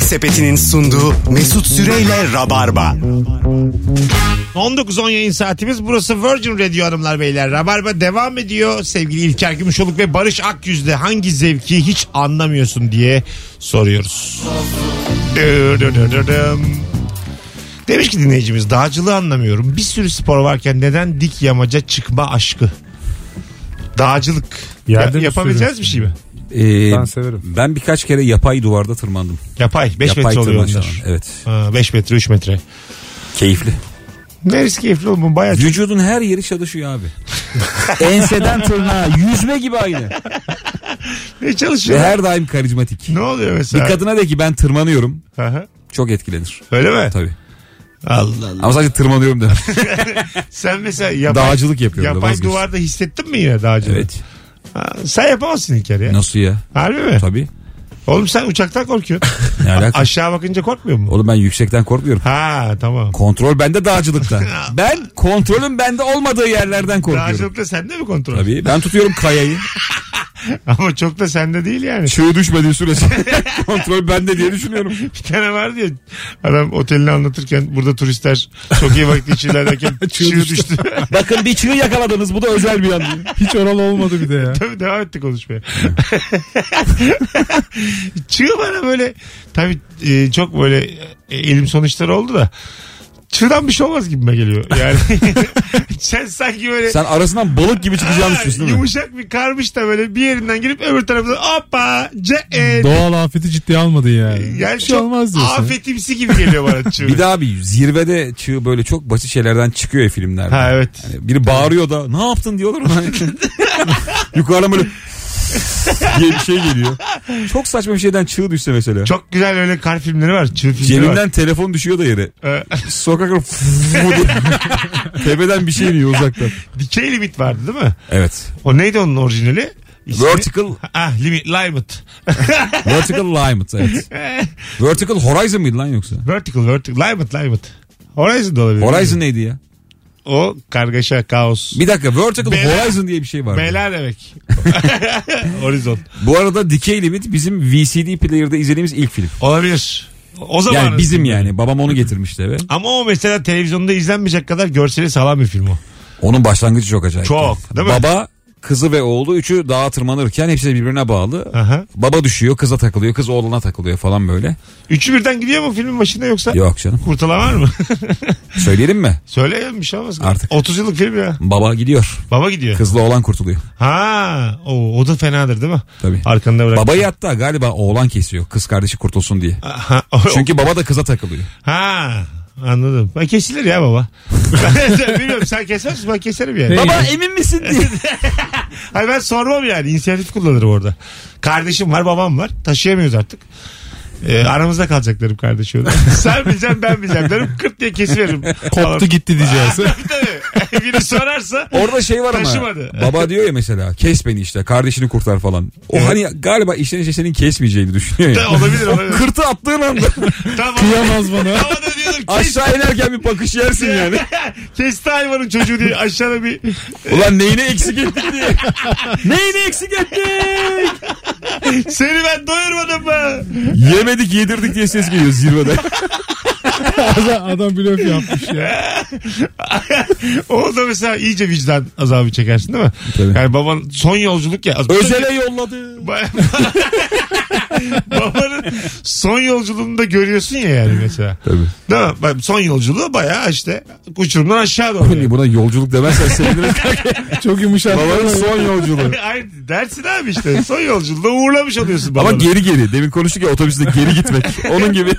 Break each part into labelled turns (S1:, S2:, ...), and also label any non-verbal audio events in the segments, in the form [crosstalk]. S1: Sepeti'nin sunduğu Mesut Süreyle Rabarba.
S2: 19-10 yayın saatimiz. Burası Virgin Radio hanımlar beyler. Rabarba devam ediyor. Sevgili İlker Gümüşoluk ve Barış Akyüz'de hangi zevki hiç anlamıyorsun diye soruyoruz. Dı dı dı dı dım. Demiş ki dinleyicimiz dağcılığı anlamıyorum. Bir sürü spor varken neden dik yamaca çıkma aşkı? Dağcılık.
S3: Yerde
S2: Ya-
S3: mi
S2: yapabileceğiz
S3: sürüyorsun?
S2: bir şey mi?
S4: Ee,
S3: Ben severim.
S4: Ben birkaç kere yapay duvarda tırmandım.
S2: Yapay. 5
S4: yapay
S2: metre oluyor
S4: tırmanışlar.
S2: onlar.
S4: Evet.
S2: 5 metre 3 metre.
S4: Keyifli.
S2: Neresi keyifli oğlum bu bayağı.
S4: Vücudun her yeri çalışıyor abi.
S5: [laughs] Enseden tırnağa yüzme gibi aynı.
S2: Ne
S4: Ve
S2: çalışıyor?
S4: her daim karizmatik.
S2: Ne oluyor
S4: Bir
S2: mesela?
S4: kadına de ki ben tırmanıyorum.
S2: Aha.
S4: Çok etkilenir.
S2: Öyle mi?
S4: Tabii.
S2: Allah Allah.
S4: Ama sadece tırmanıyorum da.
S2: Sen mesela yapay,
S4: Dağcılık yapıyorum. da
S2: yapay
S4: vazgeçtim.
S2: duvarda hissettin mi yine dağcılığı?
S4: Evet.
S2: Ha, sen yapamazsın İlker ya.
S4: Nasıl ya?
S2: Harbi mi?
S4: Tabii.
S2: Oğlum sen uçaktan
S4: [laughs]
S2: korkuyorsun.
S4: Ne alaka?
S2: Aşağı bakınca korkmuyor mu?
S4: Oğlum ben yüksekten korkmuyorum.
S2: Ha tamam.
S4: Kontrol bende dağcılıkta.
S2: [laughs]
S4: ben kontrolün bende olmadığı yerlerden korkuyorum.
S2: Dağcılıkta sende mi kontrol?
S4: Tabii. Ben tutuyorum kayayı.
S2: [laughs] Ama çok da sende değil yani.
S4: Çığ düşmediği sürece [laughs] kontrol bende diye düşünüyorum.
S2: [laughs] Bir tane vardı ya adam otelini anlatırken burada turistler çok iyi
S4: [laughs]
S2: vakit geçirlerken çığ düştü.
S5: Bakın bir çığ yakaladınız bu da özel bir an.
S3: Hiç oral olmadı bir de ya.
S2: Tabii devam etti konuşmaya.
S4: [laughs]
S2: Çığ bana böyle tabii e, çok böyle e, elim sonuçları oldu da çığdan bir şey olmaz gibime geliyor.
S4: [laughs]
S2: Yani sen sanki böyle
S4: Sen arasından balık gibi çıkacağını
S2: "Aa!"
S4: düşünüyorsun değil mi?
S2: yumuşak bir karmış da böyle bir yerinden girip öbür tarafından hoppa ce e,
S3: Doğal afeti ciddiye almadın yani.
S2: yani
S3: Hiç şey
S2: çok
S3: olmaz diyorsun.
S2: afetimsi gibi geliyor bana çığ.
S4: [laughs] Bir daha bir zirvede çığ böyle çok basit şeylerden çıkıyor ya filmlerde.
S2: Ha evet.
S4: Yani biri bağırıyor da ne yaptın diyorlar ona. Yukarıdan böyle [laughs] diye bir şey geliyor. Çok saçma bir şeyden çığ düşse mesela.
S2: Çok güzel öyle kar filmleri var. Çığ filmleri var.
S4: Cebinden telefon düşüyor da yere.
S2: Ee,
S4: Sokakta [laughs] tepeden bir şey iniyor uzaktan.
S2: dikey limit vardı değil mi?
S4: Evet.
S2: O neydi onun orijinali? İsmi-
S4: Vertical
S2: Ah limit, limit.
S4: Vertical Limit evet.
S2: [laughs]
S4: Vertical Horizon mıydı lan yoksa?
S2: Vertical, vertical. Limit, limit. Horizon da olabilir.
S4: Horizon neydi ya?
S2: O kargaşa, kaos.
S4: Bir dakika Vertical
S2: Bela-
S4: Horizon diye bir şey var.
S2: Beyler
S4: [laughs]
S2: demek. Horizon.
S4: Bu arada Decay Limit bizim VCD player'da izlediğimiz ilk film.
S2: Olabilir. O zaman
S4: Yani bizim yani. Babam onu getirmişti eve.
S2: Ama o mesela televizyonda izlenmeyecek kadar görseli sağlam bir film o.
S4: Onun başlangıcı çok acayip.
S2: Çok, değil mi?
S4: Baba, kızı ve oğlu üçü dağa tırmanırken hepsi birbirine bağlı.
S2: Aha.
S4: Baba düşüyor, kıza takılıyor, kız oğluna takılıyor falan böyle.
S2: Üçü birden gidiyor mu filmin başında yoksa?
S4: Yok canım.
S2: Kurtulan var mı? [laughs]
S4: Söyleyelim mi?
S2: Söyle bir şey olmaz.
S4: Artık.
S2: 30 yıllık film ya.
S4: Baba gidiyor.
S2: Baba gidiyor.
S4: Kızla oğlan kurtuluyor.
S2: Ha, o, o da fenadır değil mi?
S4: Tabii.
S2: Arkanda bırak.
S4: Babayı hatta galiba oğlan kesiyor. Kız kardeşi kurtulsun diye.
S2: Ha, o-
S4: Çünkü baba da kıza takılıyor.
S2: ha, anladım. Ben kesilir ya baba. [laughs] Bilmiyorum sen keser misin? Ben keserim yani.
S3: Hey.
S5: Baba emin misin diye.
S2: Hayır ben sormam yani. İnisiyatif kullanırım orada. Kardeşim var babam var. Taşıyamıyoruz artık. Ee, aramızda kalacak derim kardeşi ona. Sen bileceksin ben bileceğim derim. Kırt diye kesiveririm.
S3: Koptu
S2: [laughs]
S3: gitti diyeceğiz.
S2: Tabii. Biri sorarsa
S4: [laughs] Orada şey var ama.
S2: Taşımadı.
S4: Baba diyor ya mesela kes beni işte kardeşini kurtar falan. O
S2: Evet.
S4: hani galiba işten işe senin kesmeyeceğini düşünüyor
S2: da
S4: ya.
S2: [laughs] olabilir olabilir.
S4: Kırtı
S2: [laughs]
S4: attığın anda
S2: Tamam.
S3: Kıyamaz bana.
S2: Tamam da diyordum. Kes,
S4: aşağı inerken bir bakış yersin
S2: [laughs]
S4: yani.
S2: kesti hayvanın çocuğu diye aşağıda bir
S4: Ulan neyini eksik ettik
S2: [laughs]
S4: diye. neyini eksik ettik?
S2: seni ben doyurmadım mı?
S4: Yemedik yedirdik diye ses
S2: [laughs]
S4: geliyor zirvede.
S3: adam, adam blöf yapmış ya.
S2: O da mesela iyice vicdan azabı çekersin değil mi?
S4: Tabii.
S2: Yani baban son yolculuk ya.
S4: Özele yolladı. [laughs]
S2: Ba- [laughs] Babanın son yolculuğunu da görüyorsun ya yani mesela.
S4: Tabii.
S2: Değil mi? Bak, Son yolculuğu bayağı işte uçurumdan aşağı doğru.
S4: Hani buna yolculuk
S2: [laughs]
S4: demezsen seviniriz.
S3: Çok yumuşak.
S4: Babanın son yolculuğu.
S3: Hani
S2: yani. Aynı dersin abi işte. Son yolculuğunda uğurlamış oluyorsun
S4: Ama
S2: babanı.
S4: geri geri. Demin konuştuk ya otobüste geri gitmek. Onun gibi.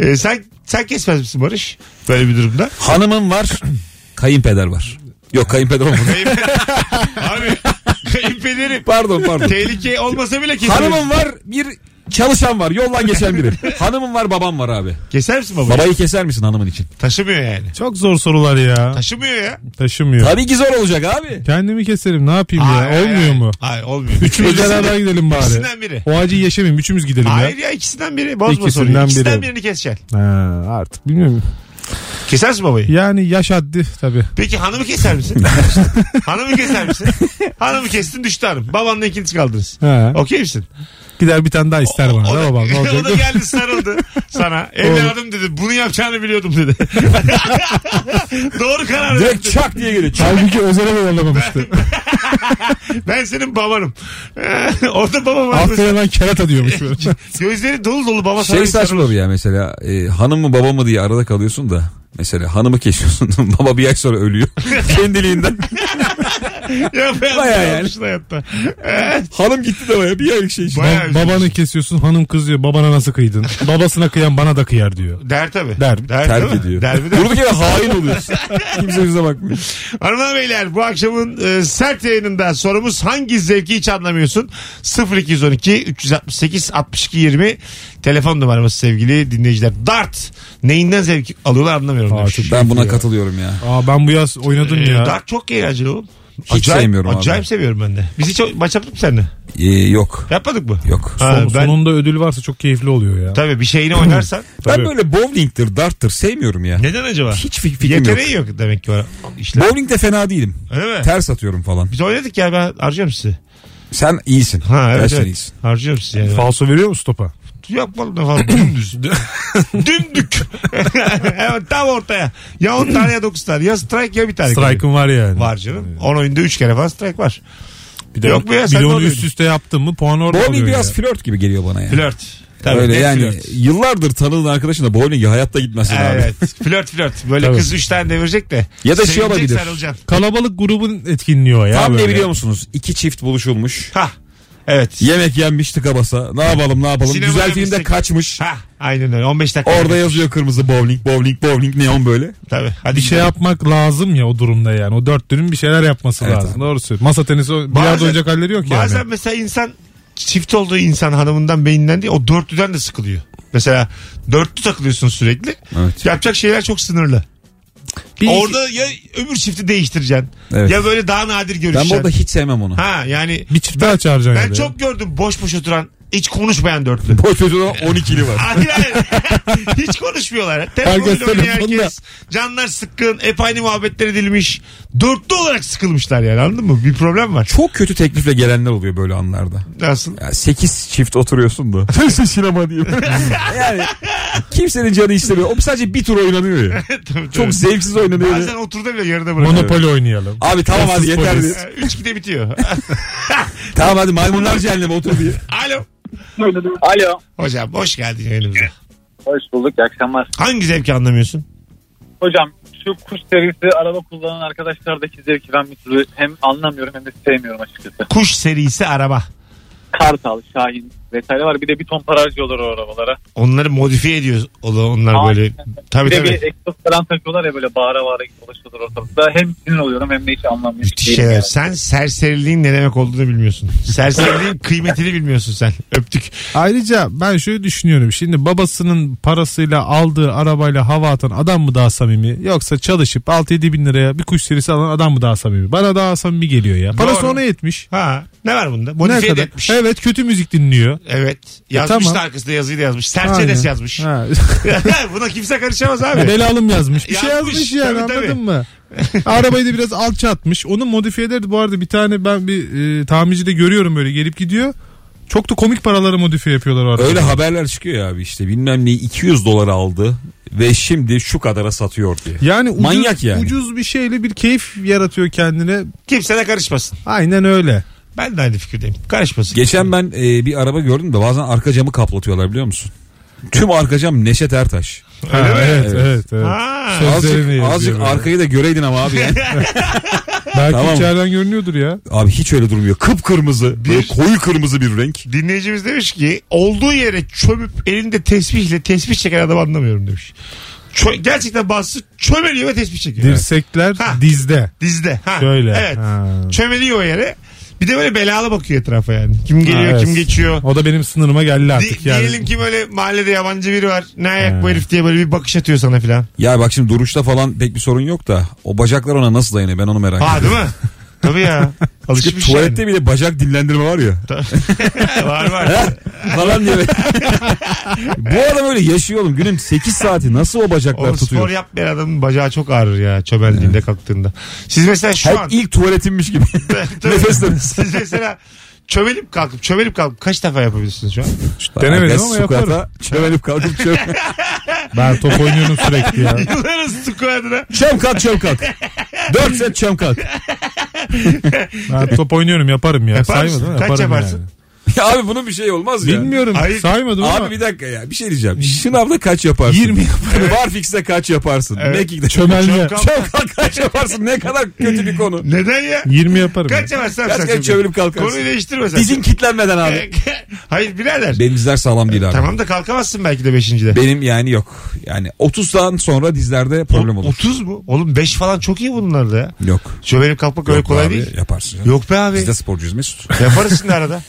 S2: Ee, sen, sen kesmez misin Barış? Böyle bir durumda.
S4: Hanımım var. [clears throat] Kayınpeder var. Yok kayınpeder olmadı.
S2: abi [laughs] kayınpederim.
S4: [laughs] Pardon pardon.
S2: Tehlike olmasa bile keserim.
S4: Hanımım var bir çalışan var. Yoldan geçen biri. Hanımım var babam var abi.
S2: Keser misin babayı?
S4: Babayı keser misin hanımın için?
S2: Taşımıyor yani.
S3: Çok zor sorular ya.
S2: Taşımıyor ya.
S3: Taşımıyor.
S4: Tabii ki zor olacak abi.
S3: Kendimi keserim ne yapayım ya.
S2: Ay, ay,
S3: Olmuyor
S2: ay.
S3: mu?
S2: Ay olmuyor.
S3: Üçümüz beraber gidelim bari.
S2: İkisinden biri.
S3: O acıyı yaşamayayım. Üçümüz gidelim ya.
S2: Hayır ya ikisinden biri. Bozma
S3: İkisinden
S2: soruyu. İkisinden
S3: biri.
S2: birini keseceksin.
S3: Ha, artık bilmiyorum.
S2: Kesersin babayı.
S3: Yani yaş haddi tabii.
S2: Peki hanımı keser
S3: [laughs]
S2: misin? hanımı keser misin? Hanımı kestin düştü hanım. Babanla ikiniz kaldınız.
S3: He.
S2: Okey misin?
S3: Gider bir tane daha ister bana.
S2: O
S3: da
S2: da,
S3: babam
S2: [laughs]
S3: ne
S2: o da
S3: olacak?
S2: geldi sarıldı
S3: [laughs]
S2: sana. Evladım dedi. Bunu yapacağını biliyordum dedi. [laughs] Doğru karar verdin.
S4: Direkt çak diye geliyor. Çak.
S3: Halbuki özele de yollamamıştı.
S2: Ben senin babanım. [laughs] Orada baba var.
S3: Haftaya ben kerata diyormuş böyle.
S2: Gözleri dolu dolu baba sana
S4: Şey
S2: bir [laughs] sarılır.
S4: saçma ya mesela e, hanım mı baba mı diye arada kalıyorsun da mesela hanımı kesiyorsun [laughs] baba bir ay sonra [laughs] ölüyor kendiliğinden
S2: Yapayalnız
S4: Bayağı yani.
S2: kalmışsın hayatta.
S4: hanım gitti de baya bir aylık şey işte.
S2: Bayağı
S3: Ba- babanı kesiyorsun hanım kızıyor. Babana nasıl kıydın? Babasına kıyan bana da kıyar diyor.
S2: Der tabi.
S3: Der.
S4: terk ediyor
S2: Der bir de.
S4: durduk yere hain oluyorsun kimse yüzüne bakmıyor
S2: Hanımlar beyler bu akşamın e, sert yayınında sorumuz hangi zevki hiç anlamıyorsun? 0212 368 62 20 telefon numaramız sevgili dinleyiciler. Dart neyinden zevk alıyorlar anlamıyorum.
S3: Aa,
S2: demiş.
S3: çok-
S4: ben buna
S3: Ya.
S4: katılıyorum ya
S3: Aa ben bu yaz oynadım
S2: Ee,
S3: ya.
S2: Dart çok eğlenceli oğlum.
S4: Hiç sevmiyorum abi.
S2: Acayip seviyorum ben de. Biz hiç o- maç yaptık mı seninle?
S4: E, yok
S2: Yapmadık mı?
S4: yok
S2: Ha,
S3: Son-
S2: ben,
S3: Sonunda ödül varsa çok keyifli oluyor ya.
S2: Tabii bir şeyini
S4: [laughs]
S2: oynarsan.
S4: ben böyle bowling'tir darttır sevmiyorum ya
S2: Neden acaba?
S4: hiç fik- fikrim yok
S2: Yeteneği yok. demek ki. var. İşte.
S4: bowling de fena değilim
S2: Öyle mi?
S4: ters atıyorum falan
S2: Biz oynadık ya ben harcıyorum sizi.
S4: sen iyisin
S2: Ha evet.
S4: gerçekten
S2: evet.
S4: iyisin
S2: Harcıyorum sizi yani.
S3: Falso veriyor musun topa?
S2: Yapmadım ne falan
S3: [laughs]
S2: dümdüz. Dümdük. [laughs] evet, tam ortaya. Ya 10 tane ya 9 tane. Ya strike ya bir tane. geliyor.
S3: Strike'ın var yani.
S2: Var canım. 10 oyunda 3 kere falan strike var.
S3: Bir de,
S2: Yok
S3: yok
S2: mu ya,
S3: Bir
S2: sen
S3: de
S2: de
S3: onu
S2: oraya
S3: üst üste yaptın mı puan orada
S4: bowling
S3: oluyor
S4: biraz
S3: ya.
S4: flört gibi geliyor bana ya
S2: Flört. Tabii,
S4: Öyle
S2: net
S4: yani
S2: Flört.
S4: yıllardır tanıdığın arkadaşınla bowling'e hayatta gitmezsin abi.
S2: Evet. flört flört. Böyle
S3: Tabii.
S2: kız 3 tane devirecek de.
S4: Ya da şey
S2: sevinecek,
S4: olabilir.
S2: sarılacaksın.
S3: Kalabalık grubun etkinliği o ya.
S4: Tam
S3: böyle.
S4: ne biliyor musunuz? İki çift buluşulmuş.
S2: Ha. Evet.
S4: Yemek yenmiş tıka basa. Ne yapalım ne yapalım.
S2: Sinemaya
S4: Güzel filmde
S2: gitsek.
S4: kaçmış.
S2: Ha. Aynen öyle. 15 dakika.
S4: Orada yazıyor kırmızı bowling bowling bowling neon böyle.
S2: Tabii. Hadi
S3: Bir şey
S2: gidelim.
S3: yapmak lazım ya o durumda yani. O dörtlünün bir şeyler yapması
S4: Evet
S3: lazım.
S4: abi.
S3: Doğru söylüyorsun. Masa tenisi bilardo oynayacak halleri yok yani.
S2: Bazen mesela insan çift olduğu insan hanımından beyninden değil o dörtlüden de sıkılıyor. Mesela dörtlü takılıyorsun sürekli.
S4: Evet.
S2: Yapacak şeyler çok sınırlı.
S3: Bir-
S2: Orada ya öbür çifti değiştireceksin.
S4: Evet.
S2: Ya böyle daha nadir
S4: Ben bu
S2: görüşeceksin.
S4: arada hiç sevmem onu.
S2: Ha yani
S3: bir çift daha çağıracaksın.
S2: ben
S3: ya da.
S2: çok gördüm boş boş oturan hiç konuşmayan dörtlü.
S4: Boş çocuğuna 12'li var.
S2: Hayır hayır. [laughs] Hiç konuşmuyorlar.
S3: Herkes
S2: Telefonla oynuyor
S3: telefonda.
S2: herkes. Canlar sıkkın. Hep aynı muhabbetler edilmiş. Dörtlü olarak sıkılmışlar yani anladın mı? Bir problem var.
S4: Çok kötü teklifle gelenler oluyor böyle anlarda.
S2: Nasıl?
S4: Ya 8 çift oturuyorsun da. Neyse sinema diye. [laughs] yani kimsenin canı istemiyor. O sadece bir tur oynanıyor ya.
S2: Tabii, tabii.
S4: Çok zevksiz oynanıyor.
S2: Bazen oturdu bile yarıda bırakıyor.
S3: Monopoly oynayalım.
S4: Abi tamam hadi yeter.
S3: polis.
S4: diye.
S2: Ee, Üç gide bitiyor. [laughs]
S4: Tamam hadi maymunlar cehenneme otur diye.
S2: Alo.
S6: Alo.
S2: Hocam hoş geldin yayınımıza.
S6: Hoş bulduk. İyi akşamlar.
S2: Hangi zevki anlamıyorsun?
S6: Hocam şu kuş serisi araba kullanan arkadaşlardaki zevki ben bir türlü hem anlamıyorum hem de sevmiyorum açıkçası.
S2: Kuş serisi araba.
S6: Kartal, Şahin vesaire var. Bir de bir ton para harcıyorlar o arabalara.
S2: Onları modifiye ediyoruz. O da onlar böyle. Tabii
S6: Bir de bir
S2: tabii.
S6: egzoz falan takıyorlar ya böyle bağıra bağıra dolaşıyorlar ortalıkta. Hem sinir oluyorum hem de hiç anlamıyorum.
S2: Müthiş
S6: Değilim
S2: şeyler.
S6: yani.
S2: şey Sen serseriliğin ne demek olduğunu bilmiyorsun. Serseriliğin kıymetini bilmiyorsun sen. Öptük.
S3: Ayrıca ben şöyle düşünüyorum. Şimdi babasının parasıyla aldığı arabayla hava atan adam mı daha samimi? Yoksa çalışıp 6-7 bin liraya bir kuş serisi alan adam mı daha samimi? Bana daha samimi geliyor ya. Parası
S2: Doğru.
S3: ona yetmiş.
S2: Ha, ne var bunda?
S3: Ne
S2: Modifiye de
S3: kadar?
S2: etmiş.
S3: Evet kötü müzik dinliyor.
S2: Evet. Yazmış
S3: tamam.
S2: da arkasında yazıyı da yazmış. Serçedes
S3: Aynen.
S2: yazmış.
S3: Ha.
S2: [laughs] Buna kimse karışamaz abi.
S3: Belalım yazmış. Bir şey
S2: Yazmış,
S3: yazmış yani
S2: tabii, tabii. [laughs]
S3: anladın mı? Arabayı da biraz alçatmış. Onun modifiyeleri de bu arada bir tane ben bir e, tamircide görüyorum böyle gelip gidiyor. Çok da komik paralara modifiye yapıyorlar o arabayı.
S4: [laughs] Öyle haberler çıkıyor ya abi işte bilmem ne 200 dolara aldı ve şimdi şu kadara satıyor diye.
S3: Yani ucuz,
S4: Manyak yani.
S3: ucuz bir şeyle bir keyif yaratıyor kendine.
S2: Kimse de karışmasın.
S3: Aynen öyle.
S2: Ben de aynı fikirdeyim. Karışmasın.
S4: Geçen ben e, bir araba gördüm de bazen arka camı kaplatıyorlar biliyor musun? Tüm arka cam Neşet Ertaş.
S3: Ha, evet, evet, evet,
S2: Ha.
S3: Sözlerini
S4: Azıcık,
S3: yazıyor
S4: azıcık
S3: böyle.
S4: arkayı da göreydin ama abi. ya.
S3: Belki
S4: Tamam.
S3: içeriden görünüyordur ya.
S4: abi hiç öyle durmuyor. Kıpkırmızı. Böyle koyu kırmızı bir renk.
S2: Dinleyicimiz demiş ki olduğu yere çömüp elinde tesbihle tesbih çeken adamı anlamıyorum demiş. Çö- gerçekten bazısı çömeliyor ve tesbih çekiyor.
S3: Dirsekler
S2: Ha.
S3: dizde.
S2: Dizde. Ha.
S3: Şöyle.
S2: Evet.
S3: Ha.
S2: Çömeliyor o yere. Bir de böyle belalı bakıyor etrafa yani. Kim geliyor
S3: Ha, evet.
S2: kim geçiyor.
S3: O da benim sınırıma geldi
S2: Di-
S3: artık yani.
S2: Diyelim ki böyle mahallede yabancı biri var. Ne ayak bu herif diye böyle bir bakış atıyor sana filan.
S4: Ya bak şimdi duruşta falan pek bir sorun yok da o bacaklar ona nasıl dayanıyor ben onu merak
S2: Ha
S3: [laughs]
S4: ediyorum.
S2: değil mi? Tabii ya.
S4: Çünkü
S2: Alışmış
S4: tuvalette bile bacak dinlendirme var ya.
S2: yani. var
S3: [laughs]
S2: var.
S4: [laughs] Falan diye. [laughs] Bu adam öyle yaşıyor oğlum. Günün 8 saati nasıl o bacaklar
S2: O spor
S4: tutuyor?
S2: yapmayan adamın bacağı çok ağrır ya çömeldiğinde kalktığında. Siz mesela şu
S4: Hep
S2: an
S4: ilk tuvaletimmiş [laughs] gibi.
S2: Tabii. [laughs]
S4: Nefesleriniz.
S2: siz mesela çömelip kalkıp çömelip kalkıp kaç defa yapabilirsiniz şu
S3: [laughs]
S2: an?
S3: Denemedim ama
S4: Sokakta
S3: yaparım.
S4: [laughs] Çömelip kalkıp [laughs] çömelip.
S3: Ben top oynuyorum
S2: [laughs]
S3: sürekli ya.
S2: Yıllarız squadına.
S4: çöm kalk çöm kalk. 4 set çöm kalk.
S3: Ben top oynuyorum yaparım ya.
S2: Yapar mısın?
S3: Saymadım ama
S2: Kaç
S3: yaparım
S2: yaparsın?
S3: yani.
S4: [laughs] Ya abi bunun bir şey olmaz ya.
S3: Bilmiyorum
S2: Hayır.
S3: saymadım
S4: Abi
S3: ama.
S4: bir dakika ya bir şey diyeceğim. Şınavda kaç yaparsın?
S3: 20
S4: [laughs] yaparsın. Barfix'te kaç yaparsın?
S2: Evet.
S4: Mekik'te
S3: Çömelme.
S2: Çok-
S4: Çöm kalk kaç şey yaparsın? Ne kadar kötü bir konu.
S2: Neden ya?
S3: 20 yaparım.
S2: Kaç yaparsan
S4: Kaç
S2: sen
S4: kere çömelip kalkarsın.
S2: Konuyu değiştirme sen.
S4: Dizin kitlenmeden abi.
S2: [laughs] Hayır birader.
S4: Benim Ee, dizler sağlam değil abi.
S2: Tamam da kalkamazsın belki de beşincide.
S4: Benim yani yok. Yani 30'dan sonra dizlerde problem olur.
S2: 30 mu? Oğlum 5 falan çok iyi bunlarda ya.
S4: Yok.
S2: Çömelip kalkmak öyle
S4: Yok
S2: kolay
S4: abi,
S2: değil.
S4: Yaparsın. canım.
S2: Yok be abi.
S4: Biz de sporcuyuz Mesut.
S2: Yaparız şimdi arada.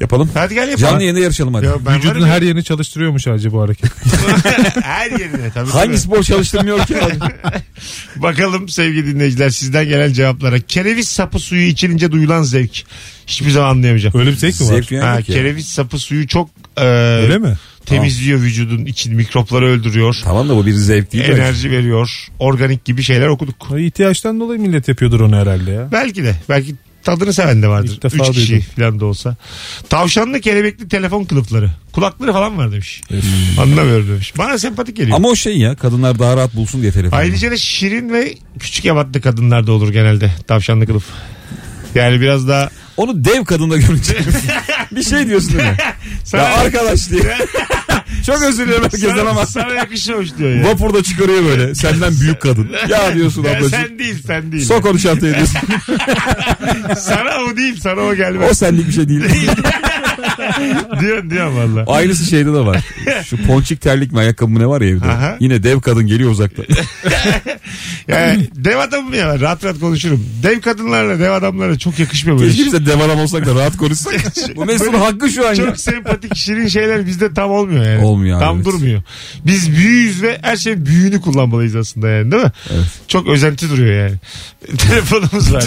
S4: Yapalım.
S2: Hadi gel yapalım.
S4: Canlı yayında yarışalım hadi.
S2: Ya ben
S3: Vücudun
S2: varım ya.
S3: her yerini çalıştırıyormuş acaba bu hareket.
S2: [laughs] her yerine tabii.
S4: Hangi
S2: Hangisi?
S4: spor
S2: [laughs]
S4: çalıştırmıyor ki abi?
S2: Bakalım sevgili dinleyiciler sizden gelen cevaplara. Kereviz sapı suyu içilince duyulan zevk. Hiçbir zaman anlayamayacağım.
S3: Öyle bir zevk mi var?
S4: Zevk yani
S2: Ha,
S4: yok ya.
S2: kereviz sapı suyu çok e,
S3: Öyle mi?
S2: temizliyor vücudun için mikropları öldürüyor.
S4: Tamam da bu bir zevk değil. de.
S2: enerji veriyor. Organik gibi şeyler okuduk.
S3: Ay, İhtiyaçtan dolayı millet yapıyordur onu herhalde ya.
S2: Belki de. Belki tadını seven de vardır.
S3: İlk defa
S2: Üç kişi
S3: duydum.
S2: falan da olsa. Tavşanlı kelebekli telefon kılıfları. Kulakları falan var demiş. Anlamıyorum demiş. Bana sempatik geliyor.
S4: Ama o şey ya kadınlar daha rahat bulsun diye telefonu.
S2: Ayrıca da şirin ve küçük yabatlı kadınlarda olur genelde tavşanlı kılıf. Yani biraz daha...
S4: Onu dev kadında görünce
S2: [laughs]
S4: bir şey diyorsun değil mi?
S2: Sana,
S4: ya arkadaş diye.
S2: [laughs]
S4: Çok özür dilerim herkesten
S2: sana,
S4: ama
S2: sana yakışmamış diyor ya.
S4: vapurda çıkarıyor böyle senden
S2: [laughs]
S4: büyük kadın. Ya diyorsun
S2: Ya
S4: ablacığım.
S2: sen değil sen değil.
S4: Sok onu çantaya diyorsun.
S2: [laughs] Sana o değil sana o
S4: o
S2: gelmez.
S4: senlik bir şey değil.
S2: diyorsun diyorsun
S4: [laughs]
S2: valla.
S4: Aynısı şeyde de var. Şu ponçik terlik mi ayakkabı mı ne var ya evde.
S2: Aha.
S4: Yine dev kadın
S2: [laughs]
S4: geliyor uzaktan.
S2: Yani dev adamım ya rahat rahat konuşurum. Dev kadınlarla dev adamlara çok yakışmıyor böyle.
S4: Keşke
S2: şey.
S4: biz de dev adam olsak da
S2: [laughs]
S4: rahat konuşsak. Bu Mesut'un hakkı şu an ya.
S2: Çok sempatik şirin şeyler bizde tam olmuyor yani.
S4: Olmuyor abi,
S2: Tam
S4: evet.
S2: durmuyor. Biz büyüyüz ve her şeyin büyüğünü kullanmalıyız aslında yani değil mi? Çok özenti duruyor yani. [laughs] Telefonumuz var.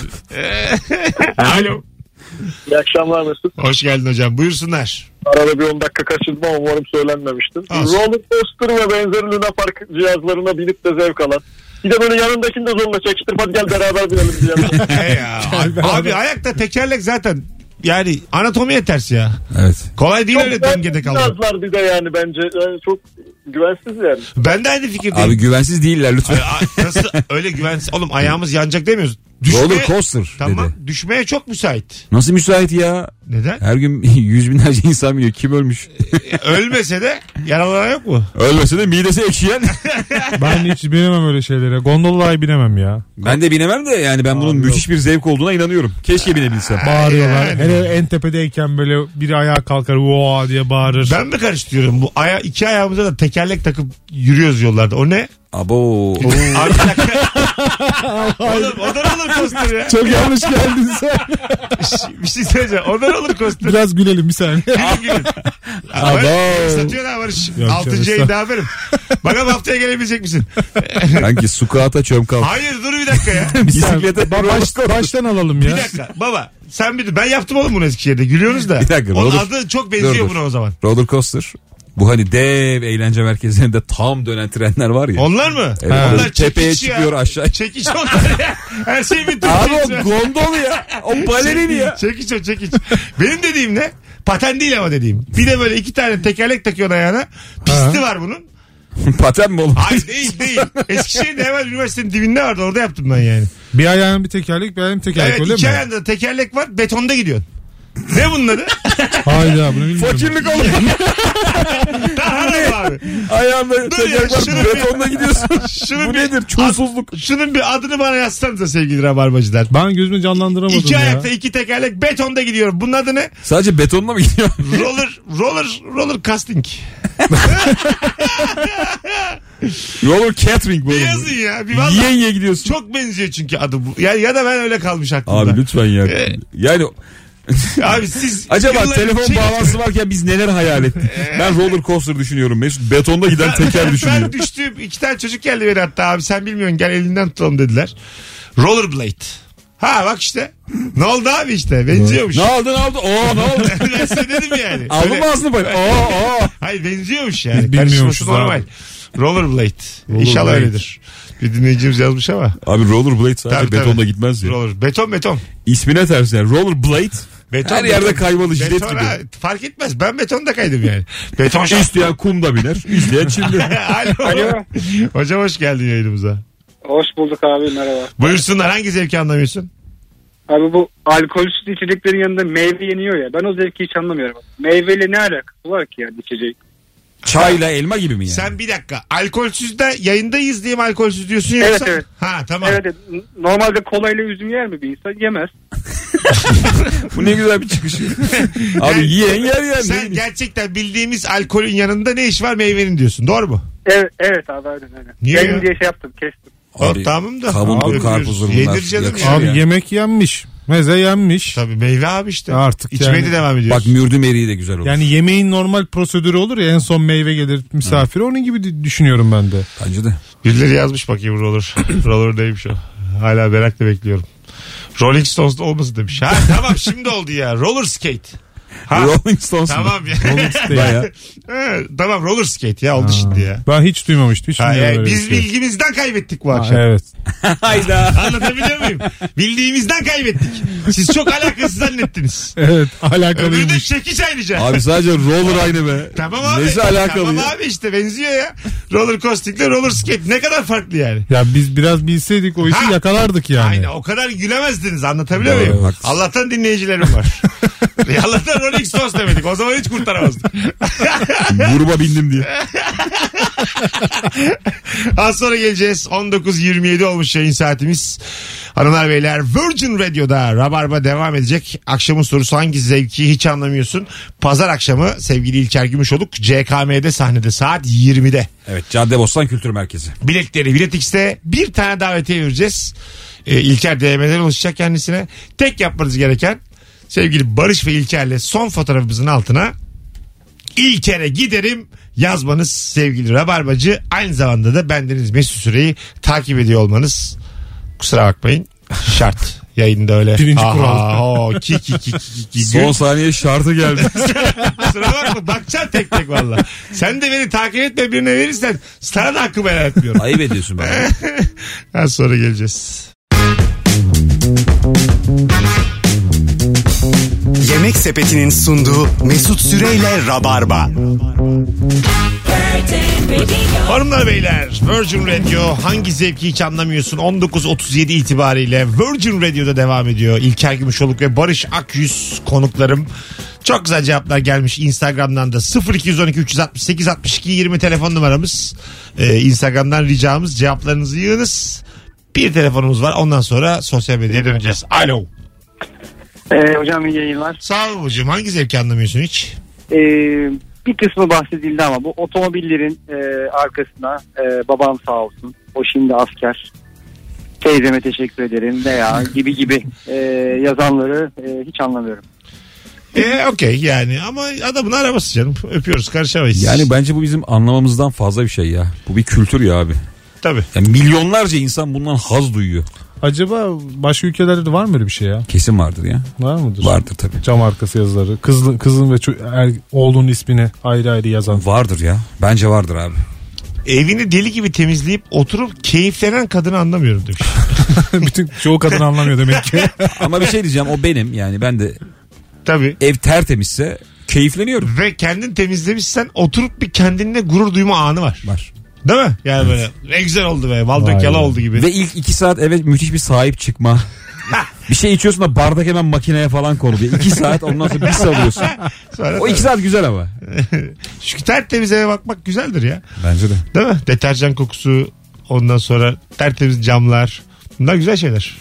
S2: Alo.
S7: İyi akşamlar Mesut.
S2: Hoş geldin hocam.
S4: [laughs]
S2: Buyursunlar.
S7: Arada bir 10 dakika kaçırdım ama umarım söylenmemiştir.
S2: Olsun.
S7: Roller coaster ve benzeri Luna Park cihazlarına binip de zevk alan. Bir de böyle yanındakini de zorla çekiştirip hadi gel beraber binelim diye.
S2: E ya, abi ayakta tekerlek zaten yani anatomiye ters ya.
S4: Evet.
S2: Kolay değil [laughs] öyle dengede kalmak.
S7: Cihazlar bir de yani bence yani çok güvensiz yani.
S2: Ben de aynı fikirdeyim.
S4: Abi güvensiz değiller lütfen.
S2: A- Nasıl öyle güvensiz? Oğlum ayağımız yanacak demiyoruz.
S4: Roller coaster
S2: Tamam.
S4: dedi.
S2: Düşmeye çok müsait.
S4: Nasıl müsait ya?
S2: Neden? E,
S4: Her gün [laughs] yüz binlerce insan biliyor. Kim ölmüş?
S2: Ölmese de yaralanan yok mu?
S4: Ölmese de midesi ekşiyen.
S3: Ben hiç binemem öyle şeylere. Gondolaya binemem ya.
S4: Ben de binemem de yani ben bunun müthiş bir zevk olduğuna inanıyorum. Keşke binebilsem.
S3: Bağırıyorlar. Hele en tepedeyken böyle biri ayağa kalkar "Vaa!" diye bağırır.
S2: Ben mi karıştırıyorum bu? Aya, iki ayağımıza da tekerlek takıp yürüyoruz yollarda. O ne?
S4: Abo.
S2: Abi bir
S4: [laughs]
S2: dakika. Oğlum o da roller coaster ya.
S3: Çok yanlış geldin sen.
S2: Bir şey söyleyeceğim. O da roller coaster.
S3: [laughs] Biraz gülelim bir saniye.
S2: Gülün gülün. Barış, Satıyorlar şey Barış.
S3: Yok,
S2: Altıncı
S3: canım,
S2: yayında haberim. Bakalım haftaya gelebilecek misin?
S4: Sanki sukata çöm kalk.
S2: Hayır dur bir dakika ya.
S4: Bisiklete
S3: Baş, baştan alalım ya.
S2: Bir dakika baba sen bir ben yaptım oğlum bunu Eskişehir'de gülüyorsunuz da.
S4: Bir dakika,
S2: Onun
S4: roller-
S2: adı çok benziyor
S4: Dur, dur.
S2: buna o zaman.
S4: roller coaster. Bu hani dev eğlence merkezlerinde tam dönen trenler var ya.
S2: Onlar mı?
S4: Evet,
S2: Onlar
S4: tepeye
S2: çekiç ya.
S4: çıkıyor [laughs] aşağı.
S2: Çekiç onlar ya. Her şey bir tür
S4: Abi
S2: çekiç
S4: o
S2: var.
S4: gondol ya. O balerin ya.
S2: Çekiç o çekiç. Benim dediğim ne? Paten değil ama dediğim. Bir de böyle iki tane tekerlek takıyorsun ayağına. Pisti var bunun.
S4: [laughs] Paten mi oğlum?
S2: Hayır değil değil. Eskişehir'de hemen üniversitenin dibinde vardı. Orada yaptım ben yani.
S3: Bir ayağın bir tekerlek, bir ayağın bir tekerlek
S2: Evet
S3: öyle
S2: iki
S3: mi?
S2: ayağında da tekerlek var. Betonda gidiyorsun. Ne bunun
S4: [laughs]
S2: adı?
S3: Hayda bunu bilmiyorum.
S4: Fakirlik
S2: [laughs]
S4: oğlum.
S2: Harap abi.
S4: Ayağında
S2: Dur ya,
S4: teker bak
S2: şunu bir-
S4: betonda gidiyorsun.
S2: Şunun
S4: Bu
S2: bir-
S4: nedir? Çulsuzluk.
S2: Şunun bir adını bana yazsanıza sevgili rabarbacılar.
S3: Ben gözümü canlandıramadım
S2: İki
S3: ya.
S2: ayakta iki tekerlek betonda gidiyorum. Bunun adı ne?
S4: [laughs] Sadece betonla mı gidiyor?
S2: Roller, roller, roller casting.
S4: [laughs] Roller catering bu
S2: Bir
S4: oğlum.
S2: yazın ya. Bir
S4: Yiye
S2: vallahi
S4: yiye gidiyorsun.
S2: çok benziyor çünkü adı bu. Ya, ya da ben öyle kalmış aklımda.
S4: Abi
S2: Abi,
S4: lütfen ya.
S2: Ee, şey-
S4: Yani
S2: [laughs] siz...
S4: acaba
S2: yıllar
S4: telefon
S2: önce-
S4: bağlantısı varken biz neler
S2: [laughs]
S4: hayal ettik? ben roller coaster düşünüyorum. Mesut betonda giden teker
S2: Ben
S4: düşünüyor.
S2: düştüm. iki tane çocuk geldi beni hatta abi sen bilmiyorsun gel elinden tutalım dediler. Rollerblade. Ha bak işte. Ne oldu abi işte? Benziyormuş.
S4: Ne aldın aldın. Oo ne [laughs] oldu?
S2: Ben size dedim
S4: [laughs]
S2: yani.
S4: Aldın
S2: Öyle-
S4: mı ağzını payı? Oo oo.
S2: Hayır benziyormuş yani.
S3: Biz bilmiyormuşuz
S2: Karışması normal.
S3: abi.
S2: Rollerblade. İnşallah
S4: Rollerblade.
S2: öyledir. Bir dinleyicimiz yazmış ama.
S4: Abi rollerblade sadece
S2: Tabii,
S4: betonla
S2: tabii.
S4: gitmez ya.
S2: Roller. Beton beton.
S4: İsmine ters yani. Rollerblade
S2: Beton,
S4: her yerde
S2: beton.
S4: kaymalı jilet
S2: Beton ha, [laughs]
S4: gibi.
S2: fark etmez. Ben betonda kaydım yani.
S4: [laughs]
S2: Beton şans.
S4: İsteyen kumda biner.
S2: [laughs]
S4: İsteyen çimde.
S2: Alo.
S6: Alo.
S2: Hocam hoş geldin yayınımıza.
S6: Hoş bulduk abi merhaba.
S2: Buyursunlar hangi zevki anlamıyorsun?
S6: Abi bu alkolsüz içeceklerin yanında meyve yeniyor ya. Ben o zevki hiç anlamıyorum. Meyveyle ne alakası var ki yani içecek?
S4: Çayla elma gibi mi yani?
S2: Sen bir dakika. Alkolsüzde yayındayız diye mi alkolsüz diyorsun
S6: Evet,
S2: yoksa?
S6: evet.
S2: Ha tamam.
S6: Evet evet. N- normalde kolayla üzüm yer mi bir insan? Yemez.
S4: Bu ne güzel bir
S2: [laughs]
S4: çıkış. Abi yiyen yer yani.
S2: Sen gerçekten bildiğimiz alkolün yanında ne iş var meyvenin diyorsun. Doğru mu?
S6: Evet, evet abi aynen aynen.
S2: Niye
S6: Yemin
S2: ya?
S6: diye şey yaptım kestim.
S4: Abi,
S2: O, tamam da.
S4: kavundur,
S2: Abi,
S4: karpuzdur bunlar.
S2: Yedir canım
S4: Yakışır
S2: ya.
S3: Abi
S4: Ya.
S3: yemek yenmiş. Meze yenmiş.
S2: Tabii meyve abi işte.
S3: Artık
S2: İçmeye
S3: yani.
S2: de devam
S4: Bak
S2: ediyorsun.
S4: mürdüm eriği de güzel olur.
S3: Yani yemeğin normal prosedürü olur ya en son meyve gelir misafire onun gibi di- düşünüyorum ben de.
S4: Bence de.
S2: Birileri yazmış bakayım
S4: [coughs]
S2: roller. roller neymiş o. Hala merakla bekliyorum. Rolling Stones'da olmasın demiş. Ha tamam şimdi oldu ya. Roller skate. Ha,
S4: Rolling Stones.
S2: tamam ya. [laughs]
S4: Baya.
S2: Ha, tamam roller skate ya oldu şimdi ya.
S3: Ben hiç duymamıştım. Hiç
S2: Ha,
S3: bilmiyorum
S2: e,
S3: öyle bir
S2: biz
S3: şey.
S2: bilgimizden kaybettik bu
S3: Ha,
S2: akşam.
S3: evet.
S4: Hayda.
S2: [laughs] Anlatabiliyor muyum? Bildiğimizden kaybettik. Siz çok alakasız zannettiniz.
S3: Evet [laughs]
S2: Öbürde
S3: alakalıymış.
S2: çekiş aynıca.
S4: Abi sadece roller aynı be.
S2: Tamam abi.
S4: Nesi alakalı
S2: Tamam
S4: ya?
S2: abi işte benziyor ya. Roller coasting ile roller skate ne kadar farklı yani.
S3: Ya biz biraz bilseydik o işi
S2: Ha.
S3: yakalardık yani.
S2: Aynen o kadar gülemezdiniz anlatabiliyor
S4: Doğru,
S2: muyum?
S4: haklısın.
S2: Allah'tan dinleyicilerim
S4: [laughs]
S2: var. E, Allah'tan Rolling Stones demedik. O zaman hiç kurtaramazdık.
S4: Gruba bindim diye.
S2: [laughs] Az sonra geleceğiz. 19.27 olmuş yayın saatimiz. Hanımlar beyler Virgin Radio'da Rabarba devam edecek. Akşamın sorusu hangi zevki hiç anlamıyorsun. Pazar akşamı sevgili İlker Gümüşoluk CKM'de sahnede saat 20'de.
S4: Evet Caddebostan Kültür Merkezi.
S2: biletleri Bilet X'te bir tane davetiye vereceğiz. Ee, İlker DM'den ulaşacak kendisine. Tek yapmanız gereken sevgili Barış ve İlker'le son fotoğrafımızın altına İlker'e giderim yazmanız sevgili Rabarbacı. Aynı zamanda da bendeniz Mesut Süre'yi takip ediyor olmanız. Kusura bakmayın şart.
S3: [laughs]
S2: Yayında öyle.
S3: Birinci
S2: Aha,
S3: kural.
S2: ho, ki, ki, ki, ki, ki.
S4: Son saniye şartı geldi.
S2: Kusura bakma bakacaksın tek tek valla. Sen de beni takip etme birine verirsen sana da hakkımı helal etmiyorum.
S4: [laughs] Ayıp ediyorsun bana.
S2: Az sonra geleceğiz.
S1: Yemek Sepeti'nin sunduğu Mesut Süreyle Rabarba.
S2: Hanımlar beyler Virgin Radio hangi zevki hiç anlamıyorsun 19.37 itibariyle Virgin Radio'da devam ediyor. İlker Gümüşoluk ve Barış Akyüz konuklarım. Çok güzel cevaplar gelmiş Instagram'dan da 0212 368 62 20 telefon numaramız. Ee, Instagram'dan ricamız cevaplarınızı yığınız. Bir telefonumuz var ondan sonra sosyal medyaya döneceğiz. Alo.
S8: Ee, hocam iyi yayınlar.
S2: Sağ ol babacığım. hangi zevki anlamıyorsun hiç?
S8: Ee, bir kısmı bahsedildi ama bu otomobillerin e, arkasına e, babam sağ olsun. O şimdi asker. Teyzeme teşekkür ederim
S4: [laughs]
S8: veya gibi gibi e, yazanları e, hiç anlamıyorum.
S2: Eee Ee, okey yani ama adamın arabası canım öpüyoruz karışamayız.
S4: Yani bence bu bizim anlamamızdan fazla bir şey ya. Bu bir kültür ya abi.
S2: Tabii.
S4: Yani milyonlarca insan bundan haz duyuyor.
S3: Acaba başka ülkelerde de var mı öyle bir şey ya?
S4: Kesin vardır ya.
S3: Var mıdır?
S4: Vardır tabii.
S3: Cam arkası yazıları. Kızın, kızın ve ço- er- oğlunun ismini ayrı ayrı yazan. [laughs]
S4: Vardır ya. Bence vardır abi.
S2: evini deli gibi temizleyip oturup keyiflenen kadını anlamıyorum demiş.
S3: Bütün çoğu kadın anlamıyor
S2: [laughs]
S3: demek ki.
S4: Ama bir şey diyeceğim o benim yani ben de
S2: Tabii.
S4: ev tertemizse keyifleniyorum.
S2: Ve kendin temizlemişsen oturup bir kendinle gurur duyma anı var.
S4: Var.
S2: Değil mi? Yani böyle ne güzel oldu be. Bal
S3: Vay
S2: yala
S3: be.
S2: oldu gibi.
S4: Ve ilk iki saat eve müthiş bir sahip [laughs] çıkma. bir şey içiyorsun da bardak hemen makineye falan konuluyor. İki saat ondan sonra bir [laughs] salıyorsun.
S2: Sonra
S4: O iki saat güzel ama.
S2: Çünkü tertemiz eve bakmak güzeldir ya.
S4: Bence de.
S2: Değil mi? Deterjan kokusu ondan sonra tertemiz camlar. Bunlar güzel şeyler.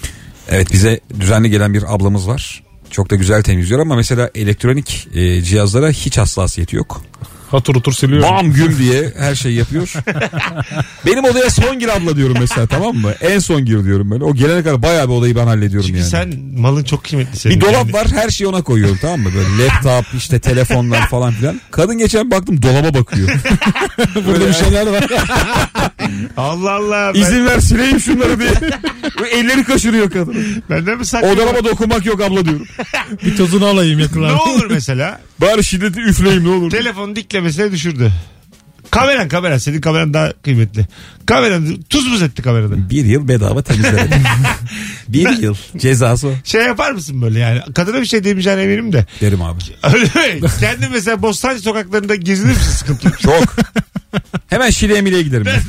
S4: Evet bize düzenli gelen bir ablamız var. Çok da güzel temizliyor ama mesela elektronik e, cihazlara hiç hassasiyeti yok.
S3: Hatır otur siliyor.
S4: Bam güm diye her şeyi yapıyor. Benim odaya son gir abla diyorum mesela tamam mı? En son gir diyorum böyle. O gelene kadar bayağı bir odayı ben hallediyorum
S2: Çünkü
S4: yani.
S2: sen malın çok kıymetli senin.
S4: Bir dolap
S2: Yani.
S4: var her şeyi ona koyuyorum tamam mı? Böyle laptop işte telefonlar falan filan. Kadın geçen baktım dolaba bakıyor. Böyle bir şeyler var.
S2: Allah Allah. Ben,
S4: İzin ver sileyim şunları diye. Böyle Elleri kaşırıyor kadın.
S2: benden mi
S4: O
S2: saklıyorsun?
S4: dolaba dokunmak yok abla diyorum.
S3: Bir tozunu alayım
S2: Ne
S3: yakılar.
S2: olur mesela?
S4: Bari şiddeti üfleyeyim ne olur.
S2: Telefonu diklemesine düşürdü. Kameran kameran senin kameran daha kıymetli. Kameran tuz buz etti kamerada.
S4: Bir yıl bedava temizledim.
S2: [laughs]
S4: bir yıl cezası o.
S2: Şey yapar mısın böyle yani? Kadına bir şey demeyeceğine eminim de. [laughs]
S4: derim abi.
S2: Öyle mi? Kendin mesela Bostancı sokaklarında gezinir misin sıkıntı?
S4: Çok. Hemen Şile Emile'ye giderim. ben.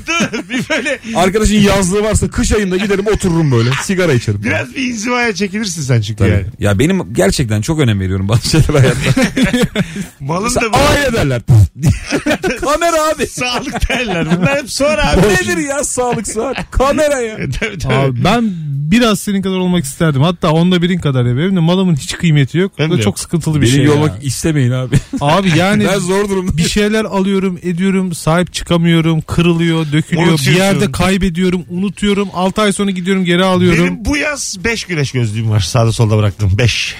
S2: bir böyle
S4: Arkadaşın yazlığı varsa kış ayında giderim otururum böyle sigara içerim.
S2: biraz bir inzivaya çekilirsin sen çünkü
S4: Tabii.
S2: yani.
S4: Ya benim gerçekten çok önem veriyorum bazı şeyler
S2: [laughs]
S4: hayatta.
S2: Malın da
S4: Mesela
S2: bu.
S4: ay
S2: [laughs]
S4: ederler. Kamera abi.
S2: Sağlık derler. Bunlar hep sonra abi. E,
S4: Nedir ya sağlık saat? Kamera ya.
S2: tabii, tabii.
S3: Abi ben biraz senin kadar olmak isterdim. Hatta onda birin kadar ya. Benim de malımın hiç kıymeti yok.
S2: Benim
S3: Bu da
S2: de
S3: çok
S2: yok.
S3: sıkıntılı bir
S4: Beni
S3: şey. ya.
S4: yormak istemeyin abi.
S2: [laughs]
S3: Abi yani
S4: ben zor durumda.
S3: bir şeyler alıyorum, ediyorum, sahip çıkamıyorum, kırılıyor, dökülüyor. Bir
S2: Unutuyorsun.
S3: yerde kaybediyorum, unutuyorum. 6 ay sonra gidiyorum, geri alıyorum.
S2: Benim bu yaz 5 güneş gözlüğüm var. Sağda solda bıraktım. 5.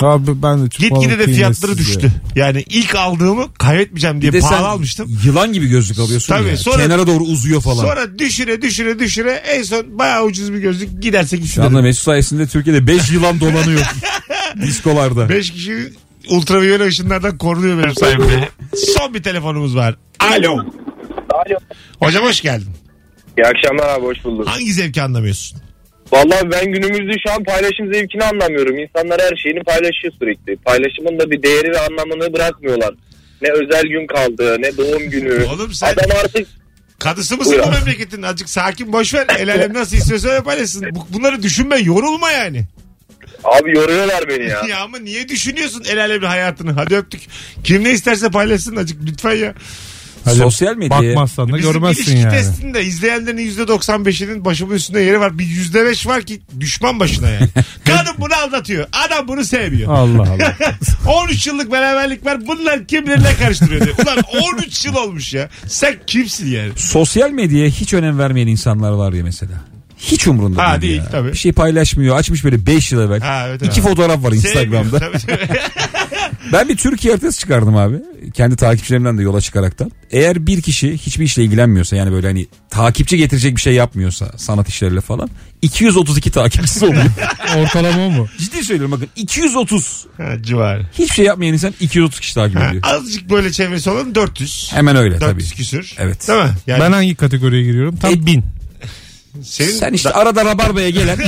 S3: Abi ben de çok
S2: Gitgide de
S3: vallahi
S2: fiyatları
S3: kıymetsiz
S2: düştü.
S3: ya.
S2: Yani ilk aldığımı kaybetmeyeceğim diye
S4: Bir de sen
S2: pahalı almıştım.
S4: Yılan gibi gözlük alıyorsun
S2: Tabii,
S4: ya.
S2: sonra-
S4: Kenara doğru uzuyor falan.
S2: Sonra düşüre düşüre düşüre en son bayağı ucuz bir gözlük giderse
S4: Şu anda
S2: gitsin.
S4: Mesut sayesinde Türkiye'de 5
S2: [laughs]
S4: yılan dolanıyor. Diskolarda.
S2: 5 kişi ultraviyole ışınlardan korunuyor benim sayemde. Son bir telefonumuz var. Alo.
S7: Alo.
S2: Hocam hoş geldin.
S7: İyi akşamlar abi hoş bulduk.
S2: Hangi zevki anlamıyorsun?
S7: Vallahi ben günümüzde şu an paylaşım zevkini anlamıyorum. İnsanlar her şeyini paylaşıyor sürekli. Paylaşımın da bir değeri ve anlamını bırakmıyorlar. Ne özel gün kaldı, ne doğum günü.
S2: Oğlum sen-
S7: Adam artık
S2: Kadısı mısın
S7: Buyur
S2: bu
S7: abi.
S2: memleketin? Azıcık sakin boş ver. El alem nasıl istiyorsa öyle paylaşsın. Bu- Bunları düşünme yorulma yani.
S7: abi yoruyorlar beni
S2: [laughs]
S7: ya.
S2: Ya ama niye düşünüyorsun el alemin hayatını? Hadi öptük. Kim ne isterse paylaşsın azıcık lütfen ya.
S4: Sosyal medyaya.
S3: Bakmazsan da
S2: E Bizim
S3: görmezsin
S2: ilişki
S3: yani.
S2: testinde izleyenlerin %95'inin başımın üstünde yeri var. Bir %5 var ki düşman başına
S4: [laughs]
S2: yani. Kadın bunu aldatıyor. Adam bunu sevmiyor.
S3: Allah Allah.
S2: [laughs] 13 yıllık beraberlik var. Bunlar kim bilir ne karıştırıyor diye. Ulan 13 yıl olmuş ya. Sen kimsin yani?
S4: [laughs] Sosyal medyaya hiç önem vermeyen insanlar var ya mesela. Hiç umrunda
S2: Ha,
S4: değil,
S2: değil
S4: ya.
S2: tabii.
S4: Bir şey paylaşmıyor. Açmış böyle 5 yıl evvel.
S2: Ha, evet,
S4: İki
S2: evet.
S4: fotoğraf
S2: [laughs]
S4: var Instagram'da.
S2: Sevmiyor. Tabii,
S4: [laughs]
S2: tabii.
S4: Ben bir Türkiye haritası çıkardım abi. Kendi takipçilerimden de yola çıkaraktan. Eğer bir kişi hiçbir işle ilgilenmiyorsa yani böyle hani takipçi getirecek bir şey yapmıyorsa sanat işleriyle falan 232 takipçisi oluyor.
S2: [laughs]
S4: [laughs]
S3: Ortalama o mu?
S4: Ciddi söylüyorum bakın 230.
S2: Ha, civarı.
S4: Hiçbir şey yapmayan insan 230 kişi takip
S2: Ha,
S4: ediyor.
S2: azıcık böyle çevresi olan 400.
S4: Hemen öyle tabii.
S2: 400 küsür.
S4: Evet.
S2: Değil mi? Yani
S3: Ben hangi kategoriye giriyorum? Tam
S4: E-
S3: bin.
S2: senin
S4: Sen işte arada rabarbaya gelen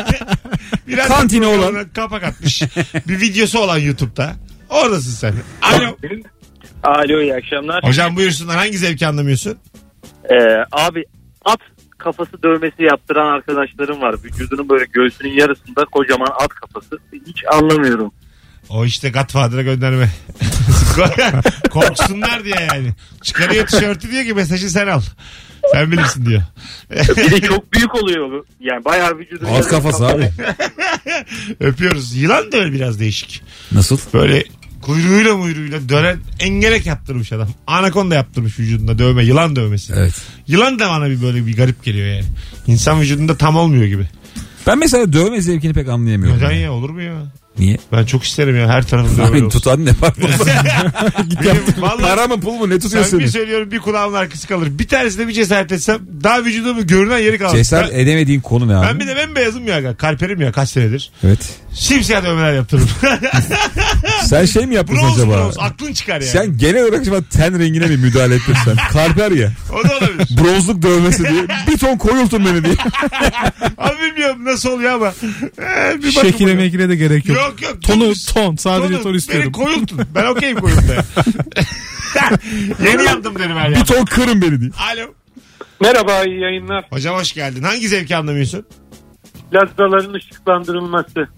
S2: [laughs] biraz
S4: kantine olan
S2: Sonra kapak atmış. bir videosu olan YouTube'da. Oradasın sen. Alo.
S9: Alo iyi akşamlar.
S2: Hocam buyursunlar hangi zevki anlamıyorsun?
S9: Ee, abi at kafası dövmesi yaptıran arkadaşlarım var. Vücudunun böyle göğsünün yarısında kocaman at kafası. Hiç anlamıyorum.
S2: O işte Godfather'a gönderme. [laughs] Korksunlar diye yani. Çıkarıyor tişörtü diyor ki mesajı sen al. Sen bilirsin diyor.
S4: [laughs]
S9: Bir de çok büyük oluyor. bu. Yani bayağı vücudun
S4: at kafası abi.
S2: Öpüyoruz. Yılan da öyle biraz değişik.
S4: Nasıl?
S2: Böyle kuyruğuyla muyruğuyla dönen engelek yaptırmış adam. Anakonda yaptırmış vücudunda dövme. Yılan dövmesi.
S4: Evet.
S2: Yılan da bana bir böyle bir garip geliyor yani. İnsan vücudunda tam olmuyor gibi.
S4: Ben mesela dövme zevkini pek anlayamıyorum.
S2: Neden
S4: Yani.
S2: ya olur mu ya?
S4: Niye?
S2: Ben çok isterim ya her tarafım dövme
S4: Abi
S2: olsun.
S4: tutan ne
S2: [laughs]
S4: var?
S2: Benim, vallahi
S4: Para mı pul mu ne tutuyor
S2: sen bir şey
S4: seni?
S2: söylüyorum bir kulağımın arkası kalır. Bir tanesine bir cesaret etsem daha vücudumu görünen yeri kalır.
S4: Cesaret
S2: ben,
S4: edemediğin konu ne abi?
S2: ben bir de bembeyazım ya. Kalperim ya kaç senedir. [laughs]
S4: Evet.
S2: Simsiyah dövmeler
S3: [laughs]
S2: yaptırırım.
S4: Sen şey mi yaptın
S2: bronz
S4: acaba?
S2: bronz aklın çıkar yani.
S4: Sen genel olarak acaba ten rengine mi müdahale ettin
S2: [laughs]
S4: sen? Karper ya.
S2: O da
S3: [laughs]
S2: olabilir.
S4: Bronzluk dövmesi diye. Bir ton koyultun beni diye.
S2: Abi bilmiyorum nasıl oluyor ama. Ee, bir bakın
S3: Şekile
S2: bakalım.
S3: mekile de gerek yok.
S2: Yok yok.
S3: Tonu
S2: Dümdüz.
S3: ton. Sadece ton istiyorum.
S2: Beni koyultun. Ben okeyim
S3: [laughs]
S2: koyultmaya. [laughs] Yeni yaptım derim her
S4: Bir
S2: yer.
S4: ton kırın beni diye.
S2: Alo.
S9: Merhaba iyi yayınlar.
S2: Hocam hoş geldin. Hangi zevki anlamıyorsun?
S9: Plazaların ışıklandırılması.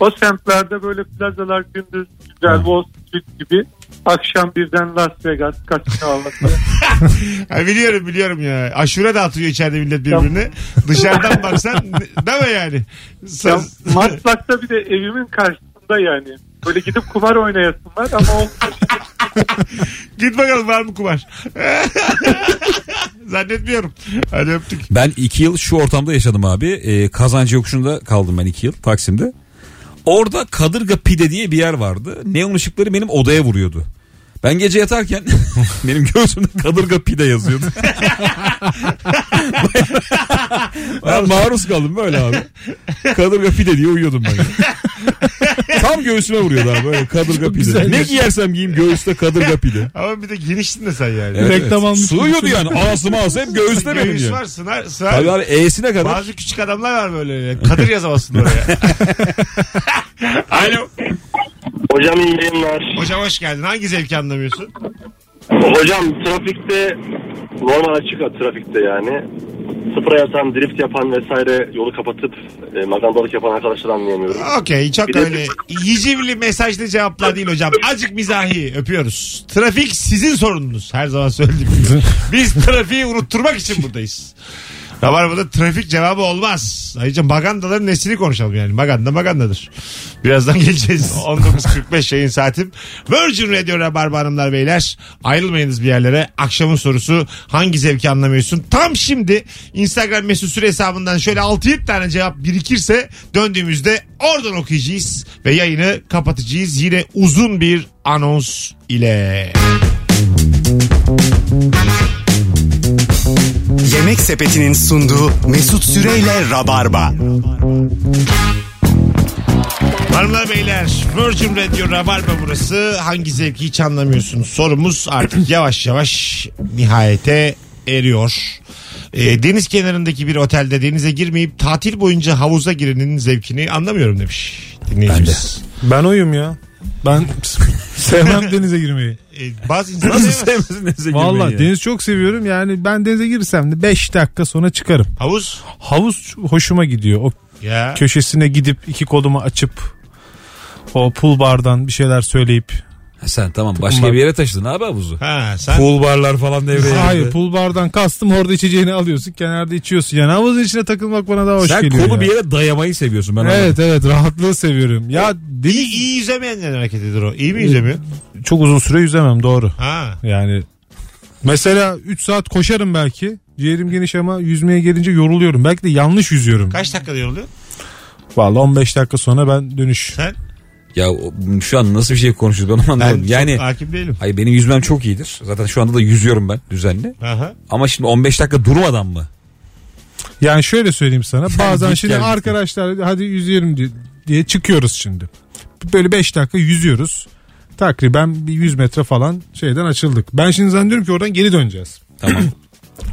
S9: O semtlerde böyle plazalar gündüz güzel Wall Street gibi. Akşam birden Las Vegas kasino alması.
S2: Ha, biliyorum biliyorum ya. Aşure dağıtıyor içeride millet birbirini. Dışarıdan baksan değil mi yani?
S9: Ya
S2: Sen-
S9: Maslak'ta bir de evimin karşısında yani. Böyle gidip kumar oynayasın var ama o
S2: [laughs] Git bakalım var mı kumar? [laughs] Zannetmiyorum. Hadi öptük.
S4: Ben iki yıl şu ortamda yaşadım abi. Ee, kazancı yokuşunda kaldım ben iki yıl Taksim'de. Orada Kadırga Pide diye bir yer vardı. Neon ışıkları benim odaya vuruyordu. Ben gece yatarken [laughs] benim göğsümde Kadırga Pide yazıyordu. [laughs] ben maruz kaldım böyle abi. Kadırga Pide diye uyuyordum ben. Tam göğsüme vuruyordu abi böyle Kadırga Pide. Ne giyersem giyeyim göğüste Kadırga Pide.
S2: Ama bir de geniştin de sen yani.
S4: Evet,
S3: Reklam
S4: evet.
S3: almış
S4: Sığıyordu yani ağzıma ağzı hep göğüste benim
S2: Göğüs
S4: yani.
S2: var sınar, sınar.
S4: Tabii abi E'sine kadar.
S2: Bazı küçük adamlar var böyle. Kadir yazamazsın
S4: [laughs]
S2: oraya. Alo.
S7: Hocam iyi yayınlar.
S2: Hocam hoş geldin. Hangi zevki anlamıyorsun?
S7: Hocam trafikte normal açık at trafikte yani. Sıfıra yatan, drift yapan vesaire yolu kapatıp e, magandalık yapan arkadaşları anlayamıyorum.
S2: Okey çok öyle yicivli mesajlı cevaplar değil hocam. Azıcık mizahi öpüyoruz. Trafik sizin sorununuz. Her zaman söylediğim gibi. Biz trafiği unutturmak için buradayız. Rabarba'da trafik cevabı olmaz. Ayrıca magandaların nesini konuşalım yani. Maganda magandadır. Birazdan geleceğiz. 19.45 yayın saatim. Virgin Radio Rabarba Hanımlar Beyler. Ayrılmayınız bir yerlere. Akşamın sorusu hangi zevki anlamıyorsun? Tam şimdi Instagram mesut süre hesabından şöyle 6-7 tane cevap birikirse döndüğümüzde oradan okuyacağız ve yayını kapatacağız. Yine uzun bir anons ile.
S1: Yemek Sepeti'nin sunduğu Mesut Süreyle Rabarba.
S2: Hanımlar beyler Virgin Radio Rabarba burası. Hangi zevki hiç anlamıyorsunuz sorumuz artık yavaş yavaş nihayete eriyor. Ee, deniz kenarındaki bir otelde denize girmeyip tatil boyunca havuza girenin zevkini anlamıyorum demiş dinleyicimiz.
S3: Ben oyum ya.
S4: [laughs]
S3: Ben sevmem denize [laughs] girmeyi.
S2: Ee, bazı insanlar
S4: [clears throat] Nasıl
S2: sevmez.
S4: sevmesin denize
S3: Valla
S4: girmeyi ya?
S3: deniz çok seviyorum yani ben denize girsem de 5 dakika sonra çıkarım.
S2: Havuz
S3: Havuz hoşuma gidiyor. O
S2: ya
S3: köşesine gidip iki kolumu açıp o pool bardan bir şeyler söyleyip.
S4: Ha Sen tamam başka bir yere taşıdın abi havuzu.
S2: ha sen
S4: Pool barlar falan devreye
S3: Hayır
S4: girdi.
S3: pool bardan kastım orada içeceğini alıyorsun kenarda içiyorsun. Yani havuzun içine takılmak bana daha hoş
S4: Sen
S3: geliyor.
S4: kolu
S3: ya.
S4: bir yere dayamayı seviyorsun ben anladım.
S3: Evet evet rahatlığı seviyorum. Ya
S2: iyi, iyi yüzemeyenler hareket ediyor o. İyi mi yüzemiyor?
S3: çok uzun süre yüzemem doğru.
S2: Ha.
S3: Yani mesela 3 saat koşarım belki. Ciğerim geniş ama yüzmeye gelince yoruluyorum. Belki de yanlış yüzüyorum.
S2: Kaç dakikada yoruluyor?
S3: Vallahi 15 dakika sonra ben dönüş.
S2: Sen?
S4: Ya o- şu an nasıl bir şey konuşuyoruz ben onu anlamadım.
S2: Ben yani...
S4: yani
S2: çok hakim değilim.
S4: hayır benim yüzmem çok iyidir. Zaten şu anda da yüzüyorum ben düzenli.
S2: Aha.
S4: Ama şimdi 15 dakika
S3: [clears throat]
S4: durmadan mı?
S3: Yani şöyle söyleyeyim sana. Bazen
S4: git
S3: şimdi
S4: gel.
S3: arkadaşlar hadi yüzüyorum diye, diye çıkıyoruz şimdi. Böyle 5 dakika yüzüyoruz. Takriben bir 100 metre falan şeyden açıldık. Ben şimdi zannediyorum ki oradan geri döneceğiz.
S4: Tamam.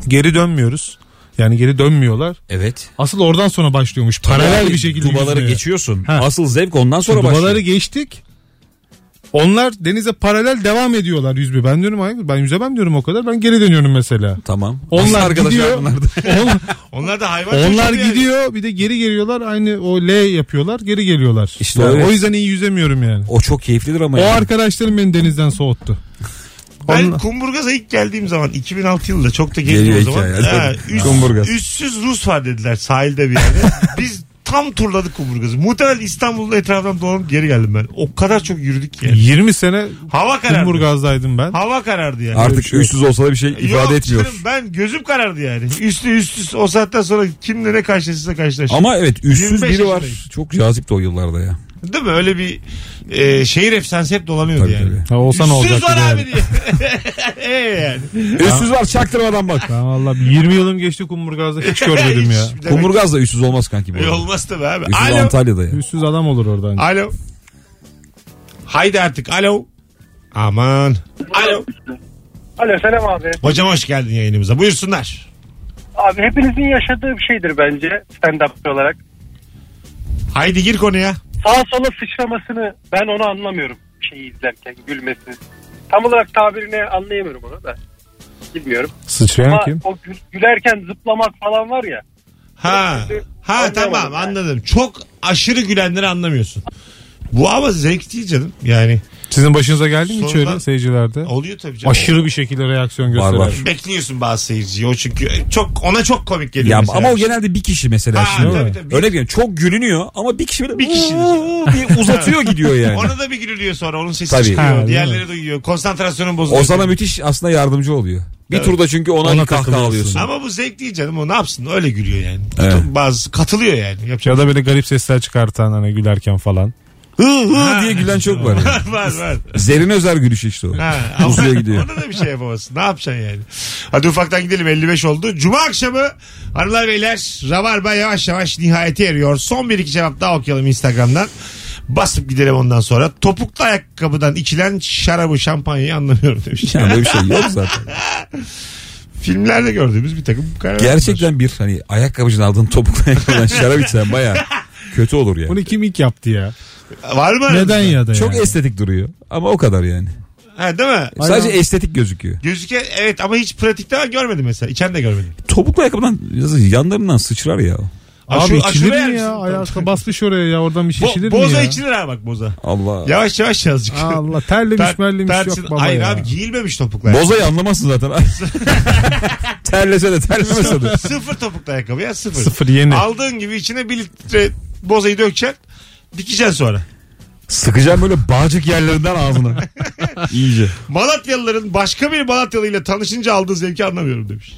S3: Geri dönmüyoruz. Yani geri dönmüyorlar.
S4: Evet.
S3: Asıl oradan sonra başlıyormuş. Paralel
S4: Abi,
S3: bir şekilde
S4: Dubaları
S3: yüzmeye.
S4: geçiyorsun.
S3: Ha.
S4: Asıl zevk ondan sonra
S3: Dubaları
S4: başlıyor.
S3: geçtik. Onlar denize paralel devam ediyorlar yüzme. Ben diyorum hayır ben yüzemem diyorum o kadar. Ben geri dönüyorum mesela.
S4: Tamam. Nasıl
S3: Onlar
S4: arkadaşlar
S3: gidiyor.
S4: bunlar da?
S3: [laughs] on-
S2: Onlar da hayvan.
S3: onlar
S2: çocuğu şey yani.
S3: gidiyor bir de geri geliyorlar. Aynı o L yapıyorlar geri geliyorlar.
S4: İşte
S3: Yani
S4: öyle.
S3: o yüzden iyi yüzemiyorum yani.
S4: O çok keyiflidir ama.
S3: O
S4: yani.
S3: arkadaşlarım beni denizden soğuttu.
S2: Ben
S3: Onunla-
S2: Kumburgaz'a ilk geldiğim zaman 2006 yılında çok da gençtim
S4: Geliyor
S2: o zaman.
S4: hikaye.
S2: Ha, üst-
S4: Kumburgaz.
S2: Üstsüz Rus var dediler sahilde bir
S4: [laughs]
S2: yerde. Biz tam turladık Kumburgaz'ı. Muhtemelen İstanbul'da etraftan dolanıp geri geldim ben. O kadar çok yürüdük ki yani.
S3: 20 sene
S2: Hava karardı.
S3: Kumburgaz'daydım ben.
S2: Hava karardı yani.
S4: Artık üstsüz olsa da bir şey ifade
S2: Yok
S4: etmiyor.
S2: canım, ben gözüm karardı yani. Üstü üstsüz o saatten sonra kimle ne karşılaşırsa karşılaşır.
S4: Ama evet üstsüz
S2: 25
S4: biri var.
S2: yaşındayım.
S4: Çok cazipti o yıllarda ya.
S2: Değil mi? Öyle bir e, şehir efsanesi hep dolanıyordu
S4: Tabii,
S2: yani.
S3: Ha, olsa ne
S2: Üstsüz
S3: olacak?
S2: var
S3: yani.
S2: abi diye. [laughs] E yani.
S4: Üstsüz var çaktırmadan bak.
S3: Ben valla 20 yılım geçti Kumburgaz'da hiç görmedim ya.
S2: [laughs] Hiç-
S4: Kumburgaz da üstsüz olmaz kanki bu.
S2: E,
S4: arada.
S2: Olmaz tabii abi.
S4: Üstsüz
S2: Alo.
S4: Antalya'da ya.
S3: Üstsüz adam olur oradan.
S2: Alo. Haydi artık. Alo. Aman. Alo.
S9: Alo selam abi.
S2: Hocam hoş geldin yayınımıza. Buyursunlar.
S9: Abi hepinizin yaşadığı bir şeydir bence stand-up olarak.
S2: Haydi gir konuya.
S9: Sağa sola sıçramasını ben onu anlamıyorum. Şeyi izlerken gülmesini. Tam olarak tabirini anlayamıyorum onu da. Bilmiyorum.
S3: Sıçrayan
S9: Ama
S3: kim?
S9: o gül- gülerken zıplamak falan var ya.
S2: Ha.
S9: Anlayamadım
S2: Ha tamam
S9: yani.
S2: anladım. Çok aşırı gülenleri anlamıyorsun. Bu ama zevk değil canım. Yani
S3: Sizin başınıza geldi mi hiç
S2: Sorulan-
S3: öyle seyircilerde?
S2: oluyor tabii canım.
S3: Aşırı bir şekilde reaksiyon
S4: Var,
S3: gösteren.
S4: var.
S2: Bekliyorsun bazı seyirciyi. O çünkü e, çok ona çok komik geliyor.
S4: Ya
S2: mesela.
S4: ama o genelde bir kişi mesela
S2: Ha,
S4: şimdi.
S2: tabii, tabii.
S4: Öyle bir çok gülünüyor ama bir kişi böyle
S2: Bir
S4: [laughs]
S2: kişi.
S4: "Oo" diye uzatıyor gidiyor yani.
S2: Ona da bir gülüyor sonra. Onun sesi
S4: Tabii.
S3: Ha,
S2: çıkıyor.
S3: değil
S2: Diğerleri duyuyor. Konsantrasyonun bozuluyor.
S4: O sana müthiş aslında yardımcı oluyor. Bir
S2: Evet.
S4: turda çünkü ona,
S3: Ona
S4: bir kahkaha
S3: takılıyorsun.
S4: alıyorsun.
S2: Ama bu zevk değil canım. O ne yapsın? Öyle gülüyor yani.
S4: Evet.
S2: Bazı katılıyor yani. Yapacak. şey
S3: Ya da böyle garip sesler çıkartan hani gülerken falan.
S4: Hı hı diye gülen çok
S2: [laughs]
S4: var. yani.
S2: var var.
S4: Zerrin Özer gülüşü işte o. [laughs]
S2: Ha, ama
S4: Uzuyor gidiyor.
S2: Ona da bir şey yapamazsın. Ne yapacaksın yani? Hadi ufaktan gidelim. 55 oldu. Cuma akşamı hanımlar beyler Rabarba yavaş yavaş nihayete eriyor. Son bir iki cevap daha okuyalım Instagram'dan. Basıp gidelim ondan sonra. Topuklu ayakkabıdan içilen şarabı şampanyayı anlamıyorum demiş. [laughs]
S4: Yani böyle bir şey yok zaten.
S2: Filmlerde gördüğümüz bir takım karar.
S4: Gerçekten bir hani ayakkabıcının aldığın topukla yapılan şarap
S2: [laughs]
S4: içsen baya kötü olur yani.
S3: Bunu kim ilk yaptı ya?
S2: Var mı?
S3: Neden ya da
S4: Çok
S3: yani?
S4: estetik duruyor ama o kadar yani.
S2: Ha, değil mi?
S4: Sadece estetik gözüküyor.
S2: Gözüke evet ama hiç pratikte ben görmedim mesela. İçen de görmedim.
S4: Topuklu ayakkabıdan yanlarından sıçrar ya. o.
S3: Abi
S2: Aşure- aşure
S3: içilir
S2: yer
S3: mi ya?
S2: misin?
S3: Ayakta basmış oraya ya. Oradan bir şey
S2: Bo-
S3: içilir mi
S2: boza
S3: ya?
S2: içilir ha bak boza.
S4: Allah.
S2: [laughs] Yavaş yavaş yazık. [laughs]
S3: Allah terlemiş merlemiş
S2: Tersin-
S3: yok baba
S2: Hayır
S3: ya.
S2: abi giyilmemiş topuklar.
S4: Bozayı anlamazsın zaten. [laughs] terlese de terlemese
S2: [laughs]
S4: de.
S2: sıfır topuklu ayakkabı ya sıfır.
S3: Sıfır yeni.
S2: Aldığın gibi içine bir litre bozayı dökeceksin. Dikeceksin sonra.
S4: Sıkacağım böyle bağcık yerlerinden ağzına. [laughs] İyice.
S2: Malatyalıların başka bir Malatyalı ile tanışınca aldığı zevki anlamıyorum demiş.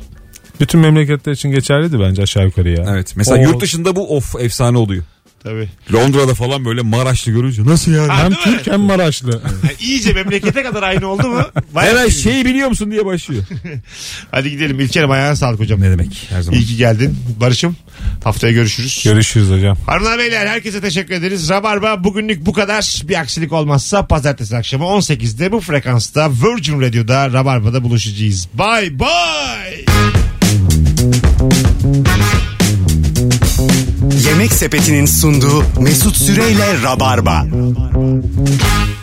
S3: Bütün memleketler için geçerliydi bence aşağı yukarı ya.
S4: Evet. Mesela
S3: O-
S4: yurt dışında bu of efsane oluyor.
S2: Tabii.
S4: Londra'da falan böyle Maraşlı görünce nasıl yani?
S2: Ha,
S3: Hem
S2: değil mi?
S3: Türk hem Maraşlı.
S2: Yani iyice memlekete kadar aynı oldu [laughs] mu? Vay
S4: Hemen
S2: be.
S4: şeyi biliyor musun diye başlıyor.
S2: Hadi gidelim. İlker'im ayağına sağlık hocam.
S4: ne demek her zaman.
S2: İyi ki geldin. Barış'ım haftaya görüşürüz.
S3: Görüşürüz hocam.
S2: Hanımlar beyler herkese teşekkür ederiz. Rabarba bugünlük bu kadar. Bir aksilik olmazsa pazartesi akşamı 18'de bu frekansta Virgin Radio'da Rabarba'da buluşacağız. Bye bye.
S1: Yemek Sepeti'nin sunduğu Mesut Süreyle Rabarba.